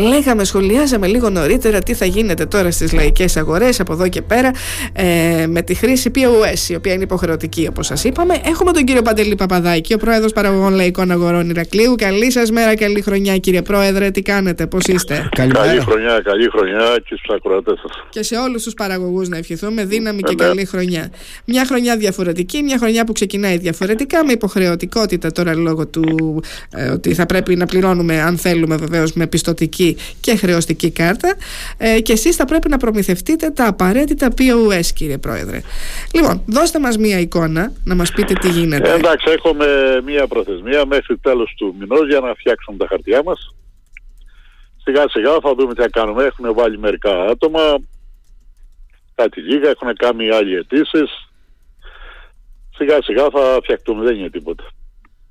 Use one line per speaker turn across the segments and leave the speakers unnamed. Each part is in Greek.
Λέγαμε, σχολιάζαμε λίγο νωρίτερα τι θα γίνεται τώρα στις λαϊκές αγορές από εδώ και πέρα ε, με τη χρήση POS, η οποία είναι υποχρεωτική όπως σας είπαμε. Έχουμε τον κύριο Παντελή Παπαδάκη, ο πρόεδρος παραγωγών λαϊκών αγορών Ηρακλείου. Καλή σας μέρα, καλή χρονιά, κύριε Πρόεδρε. Τι κάνετε, πώς είστε.
Καλή χρονιά, καλή χρονιά και στους ακροατές σας.
Και σε όλους τους παραγωγούς να ευχηθούμε δύναμη
Ε, ναι.
και καλή χρονιά. Μια χρονιά διαφορετική, μια χρονιά που ξεκινάει διαφορετικά, με υποχρεωτικότητα τώρα λόγω του ε, ότι θα πρέπει να πληρώνουμε, αν θέλουμε βεβαίως, με πιστοτική και χρεωστική κάρτα ε, και εσείς θα πρέπει να προμηθευτείτε τα απαραίτητα POS κύριε Πρόεδρε. Λοιπόν, δώστε μας μία εικόνα να μας πείτε τι γίνεται.
Ε, εντάξει, έχουμε μία προθεσμία μέχρι τέλος του μηνός για να φτιάξουμε τα χαρτιά μας. Σιγά σιγά θα δούμε τι θα κάνουμε. Έχουν βάλει μερικά άτομα, κάτι λίγα, έχουν κάνει άλλοι αιτήσεις. Σιγά σιγά θα φτιαχτούμε, δεν είναι τίποτα.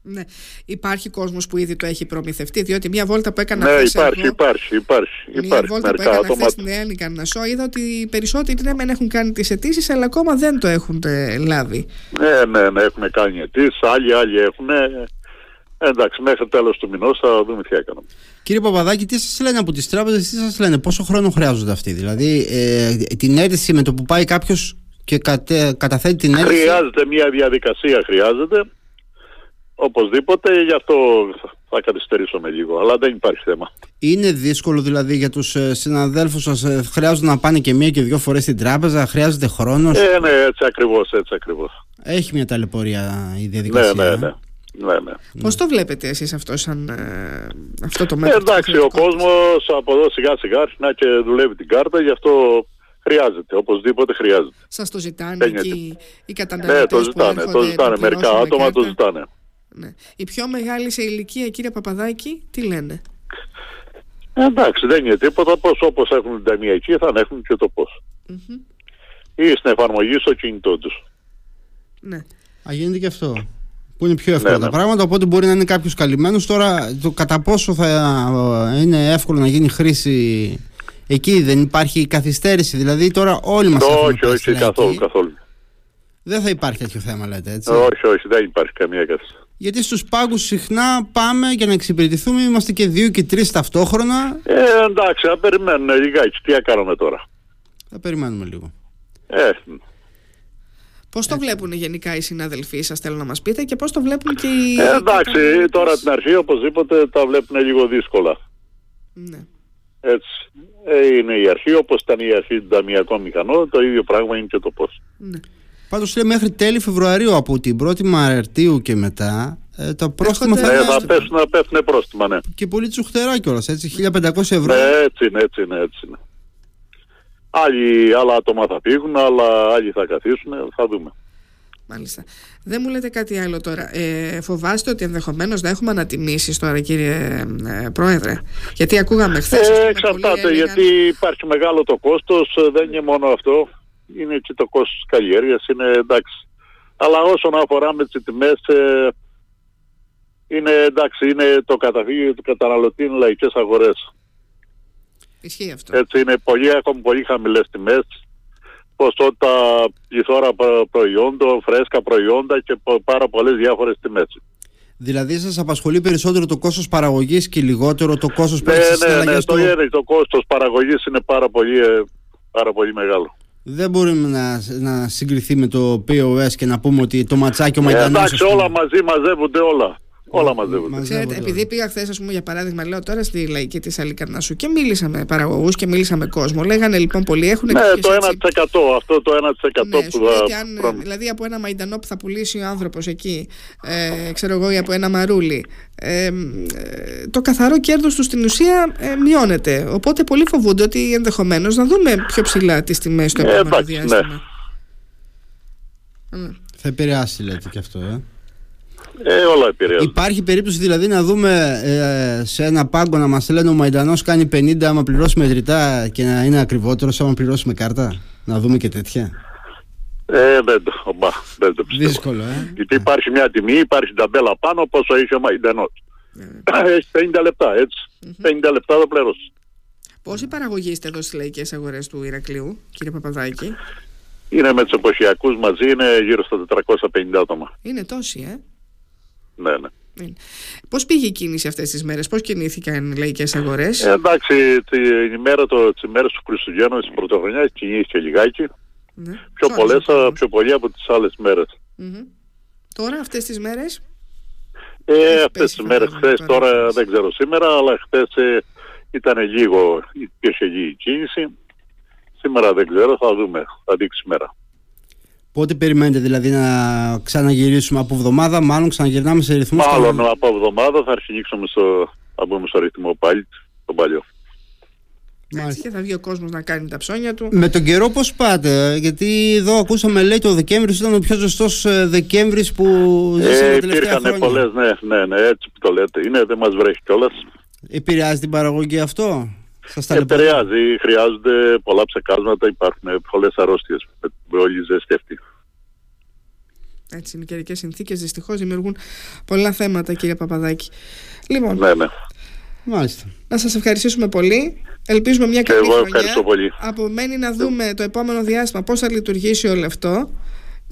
Ναι. Υπάρχει κόσμος που ήδη το έχει προμηθευτεί, διότι μια βόλτα που έκανα
Ναι,
χθες
υπάρχει,
εγώ-
υπάρχει, υπάρχει.
Μια
υπάρχει
βόλτα που
μερικά
έκανα χθε
άτομα.
στην Ελένη Καρνασό, είδα ότι οι περισσότεροι ναι, μεν έχουν κάνει τις αιτήσεις, αλλά ακόμα δεν το έχουν ε, λάβει.
Ναι, ναι, ναι, έχουν κάνει αιτήσεις, άλλοι, άλλοι έχουν. Εντάξει, μέχρι τέλος του μηνός θα δούμε τι έκαναμε.
Κύριε Παπαδάκη, τι σας λένε από τις τράπεζες, τι σας λένε, πόσο χρόνο χρειάζονται αυτοί. Δηλαδή, ε, την αίτηση με το που πάει κάποιος και κατε- καταθέτει την αίτηση.
Χρειάζεται μια διαδικασία, χρειάζεται. Οπωσδήποτε, γι' αυτό θα καθυστερήσουμε λίγο, αλλά δεν υπάρχει θέμα.
Είναι δύσκολο δηλαδή για τους ε, συναδέλφους σας. Ε, χρειάζονται να πάνε και μία και δύο φορές στην τράπεζα, χρειάζεται χρόνος.
Ε, ναι, έτσι ακριβώς, έτσι ακριβώς.
Έχει μια ταλαιπωρία η ε.
Ναι,
διαδικασία.
ναι, ναι. ναι, ναι.
Πώς το βλέπετε εσείς αυτό, σαν ε, αυτό το
Ε,
μέτρο. της
εντάξει, ο
υποχρεωτικότητας?
κόσμος από εδώ σιγά σιγά αρχινά και δουλεύει την κάρτα, γι' αυτό χρειάζεται, οπωσδήποτε χρειάζεται.
Σας το ζητάνε
Δεν είναι
εκεί οι
Ναι,
καταναλωτέ.
το ζητάνε, το ζητάνε. Μερικά άτομα το ζητάνε.
Ναι. Οι πιο μεγάλοι σε ηλικία, κύριε Παπαδάκη, τι λένε.
Ε, εντάξει, δεν είναι τίποτα. Πώς όπως έχουν την ταμεία εκεί, θα έχουν και το πώς. Ή στην εφαρμογή στο κινητό τους.
Ναι.
Α, γίνεται και αυτό. Που είναι πιο εύκολα
Ναι, ναι.
τα πράγματα. Οπότε μπορεί να είναι κάποιος καλυμμένος. Τώρα, το κατά πόσο θα ε, είναι εύκολο να γίνει χρήση εκεί, δεν υπάρχει καθυστέρηση. Δηλαδή, τώρα όλοι μας.
όχι, όχι, καθόλου, καθόλου.
Δεν θα υπάρχει τέτοιο θέμα, λέτε έτσι.
Όχι, όχι, δεν υπάρχει καμία καθυστέρηση.
Γιατί στους πάγκους συχνά πάμε για να εξυπηρετηθούμε, είμαστε και δύο και τρεις ταυτόχρονα.
Ε, εντάξει, θα περιμένουν ε, λιγάκι. Τι θα κάνουμε τώρα.
Θα περιμένουμε λίγο.
Ε,
Πώς το βλέπουν γενικά οι συναδελφοί σας, θέλω να μας πείτε, και πώς το βλέπουν και οι.
ε, εντάξει,
καταναλωτές?
τώρα την αρχή οπωσδήποτε τα βλέπουν λίγο δύσκολα.
Ναι.
Έτσι. Ε, είναι η αρχή, όπως ήταν η αρχή των ταμιακών μηχανών, το ίδιο πράγμα είναι και το πώς.
ναι.
Πάντως λέει μέχρι τέλη Φεβρουαρίου, από την 1η Μαρτίου και μετά, ε, τα πρόστιμα θα
Έρχονται-
Ε,
είναι
θα
άστιμα.
πέσουν, να πέφτουν πρόστιμα, ναι.
και πολύ τσουχτερά κιόλας, έτσι. 1500 ευρώ.
Ναι, έτσι είναι, έτσι είναι, έτσι είναι. Άλλοι, άλλα άτομα θα φύγουν, αλλά άλλοι θα καθίσουν, θα δούμε.
Μάλιστα. Δεν μου λέτε κάτι άλλο τώρα. Ε, φοβάστε ότι ενδεχομένως να έχουμε ανατιμήσεις τώρα, κύριε ε, Πρόεδρε. Γιατί ακούγαμε χθες.
Ε, εξαρτάται, γιατί υπάρχει μεγάλο το κόστος, ε, δεν είναι μόνο αυτό, είναι και το κόστος της καλλιέργειας, είναι εντάξει. Αλλά όσον αφορά με τις τιμές, ε, είναι εντάξει, είναι το καταφύγιο του καταναλωτή είναι λαϊκές αγορές.
Ισχύει αυτό.
Έτσι είναι, πολύ, έχουν πολύ χαμηλές τιμές, ποσότητα, πληθώρα προ- προϊόντων, φρέσκα προϊόντα και πο- πάρα πολλές διάφορες τιμές.
Δηλαδή, σας απασχολεί περισσότερο το κόστος παραγωγής και λιγότερο το κόστος που
Ναι,
έχει στις
ναι, ναι,
συναλλαγές
το,
του.
είναι, το κόστος παραγωγής είναι πάρα πολύ, ε, πάρα πολύ μεγάλο.
Δεν μπορεί να, να συγκριθεί με το POS και να πούμε ότι το ματσάκι ο
Ε,
Μαϊντανός, ας
εντάξει,
πούμε.
όλα μαζί μαζεύονται όλα. Όλα μαζεύονται.
Μαζεύονται
Ξέρετε,
όλα.
επειδή πήγα χθες, ας πούμε, για παράδειγμα, λέω τώρα στη λαϊκή της Αλικαρνασού και μίλησα με παραγωγούς και μίλησα με κόσμο. Λέγανε λοιπόν πολλοί έχουν.
Ναι,
κάποιες
το
έτσι-
1%. Αυτό το 1%
Ναι, σου
που
λέει
θα.
ότι αν,
προμη-
δηλαδή από ένα μαϊντανό που θα πουλήσει ο άνθρωπος εκεί, ε, ξέρω εγώ, ή από ένα μαρούλι, ε, ε, το καθαρό κέρδος του στην ουσία ε, μειώνεται. Οπότε πολλοί φοβούνται ότι ενδεχομένως να δούμε πιο ψηλά τις τιμές στο
Ε,
επόμενο
εντάξει, ναι.
διάστημα. Ναι.
Θα επηρεάσει, λέτε κι αυτό. Ε.
Ε, όλα επηρεάζουν.
Υπάρχει περίπτωση δηλαδή να δούμε ε, σε ένα πάγκο να μας λένε ο Μαϊντανός κάνει 50 άμα πληρώσει μετρητά και να είναι ακριβότερος άμα πληρώσει με κάρτα. Να δούμε και τέτοια.
Ε, δεν το, μπα, δεν το πιστεύω.
Δύσκολο, ε.
Γιατί υπάρχει μια τιμή, υπάρχει ταμπέλα πάνω, πόσο είχε ο Μαϊντανός.
Ναι.
Έχει 50 λεπτά, έτσι. 50 λεπτά το πλήρωσε.
Πόσοι παραγωγοί είστε εδώ στις λαϊκές αγορές του Ηρακλείου, κύριε Παπαδάκη.
Είναι με τους εποχιακούς μαζί, είναι γύρω στα 450 άτομα.
Είναι τόσοι, ε.
Ναι, ναι.
Πώς πήγε η κίνηση αυτές τις μέρες, Πώς κινήθηκαν οι λαϊκές αγορές,
Ε, εντάξει, την ημέρα το, τις ημέρες του Χριστουγέννου, της Πρωτοχρονιάς, κινήθηκε λιγάκι.
ναι.
Πιο,
Sorry.
πολλές, ε, α, πιο πολύ από τις άλλες μέρες.
Μμμ. Τώρα αυτές τις μέρες.
Ε, αυτές
πέσει
τις
το
μέρε,
θέμα,
χθε
τώρα,
τώρα
χθες.
δεν ξέρω σήμερα, αλλά χθες ήταν λίγο, υπήρχε λίγη κίνηση. Σήμερα δεν ξέρω, θα δούμε, θα δείξει σήμερα.
Πότε περιμένετε δηλαδή να ξαναγυρίσουμε από εβδομάδα, μάλλον ξαναγυρνάμε σε ρυθμούς
Μάλλον
κανονικούς.
από εβδομάδα θα αρχίσουμε στο, θα μπούμε στο ρυθμό πάλι, τον παλιό.
Έτσι,
ναι.
Μάλιστα.
και θα βγει ο κόσμος να κάνει τα ψώνια του.
Με τον καιρό πώς πάτε, ε? γιατί εδώ ακούσαμε λέει το Δεκέμβρης ήταν ο πιο ζεστός ε, Δεκέμβρης που ζήσαμε
Ε,
τα τελευταία
υπήρχαν
χρόνια.
πολλές, ναι, ναι, ναι, έτσι που το λέτε. Είναι, δεν μας βρέχει κιόλας.
Επηρεάζει την παραγωγή αυτό. Σας
Ε,
ταλαιπωρεί.
Επηρεάζει, χρειάζονται πολλά ψεκάσματα, υπάρχουν πολλές αρρώστιες με όλη η ζέστη αυτή.
Έτσι, οι καιρικές συνθήκες δυστυχώς δημιουργούν πολλά θέματα, κύριε Παπαδάκη. Λοιπόν,
Ναι, ναι.
Μάλιστα.
να σας ευχαριστήσουμε πολύ. Ελπίζουμε μια
Και
καλή
εγώ
χρονιά.
ευχαριστώ πολύ.
Απομένει να δούμε το επόμενο διάστημα πώς θα λειτουργήσει όλο αυτό.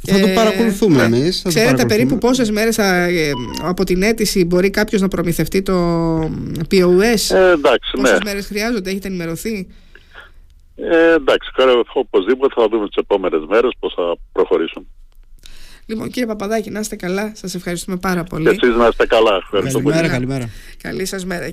Θα το παρακολουθούμε
ναι.
εμείς, θα το
Ξέρετε
παρακολουθούμε.
περίπου πόσες μέρες ε, από την αίτηση μπορεί κάποιος να προμηθευτεί το POS.
Ε, εντάξει,
Πόσες
ναι.
μέρες χρειάζονται, έχετε ενημερωθεί.
Ε, εντάξει, καλά, οπωσδήποτε θα δούμε τις επόμενες μέρες πώς θα προχωρήσουν.
Λοιπόν, κύριε Παπαδάκη, να είστε καλά. Σας ευχαριστούμε πάρα
Και
πολύ.
εσείς να είστε καλά. Ευχαριστώ πολύ.
Καλημέρα, καλημέρα.
Καλή σας μέρα.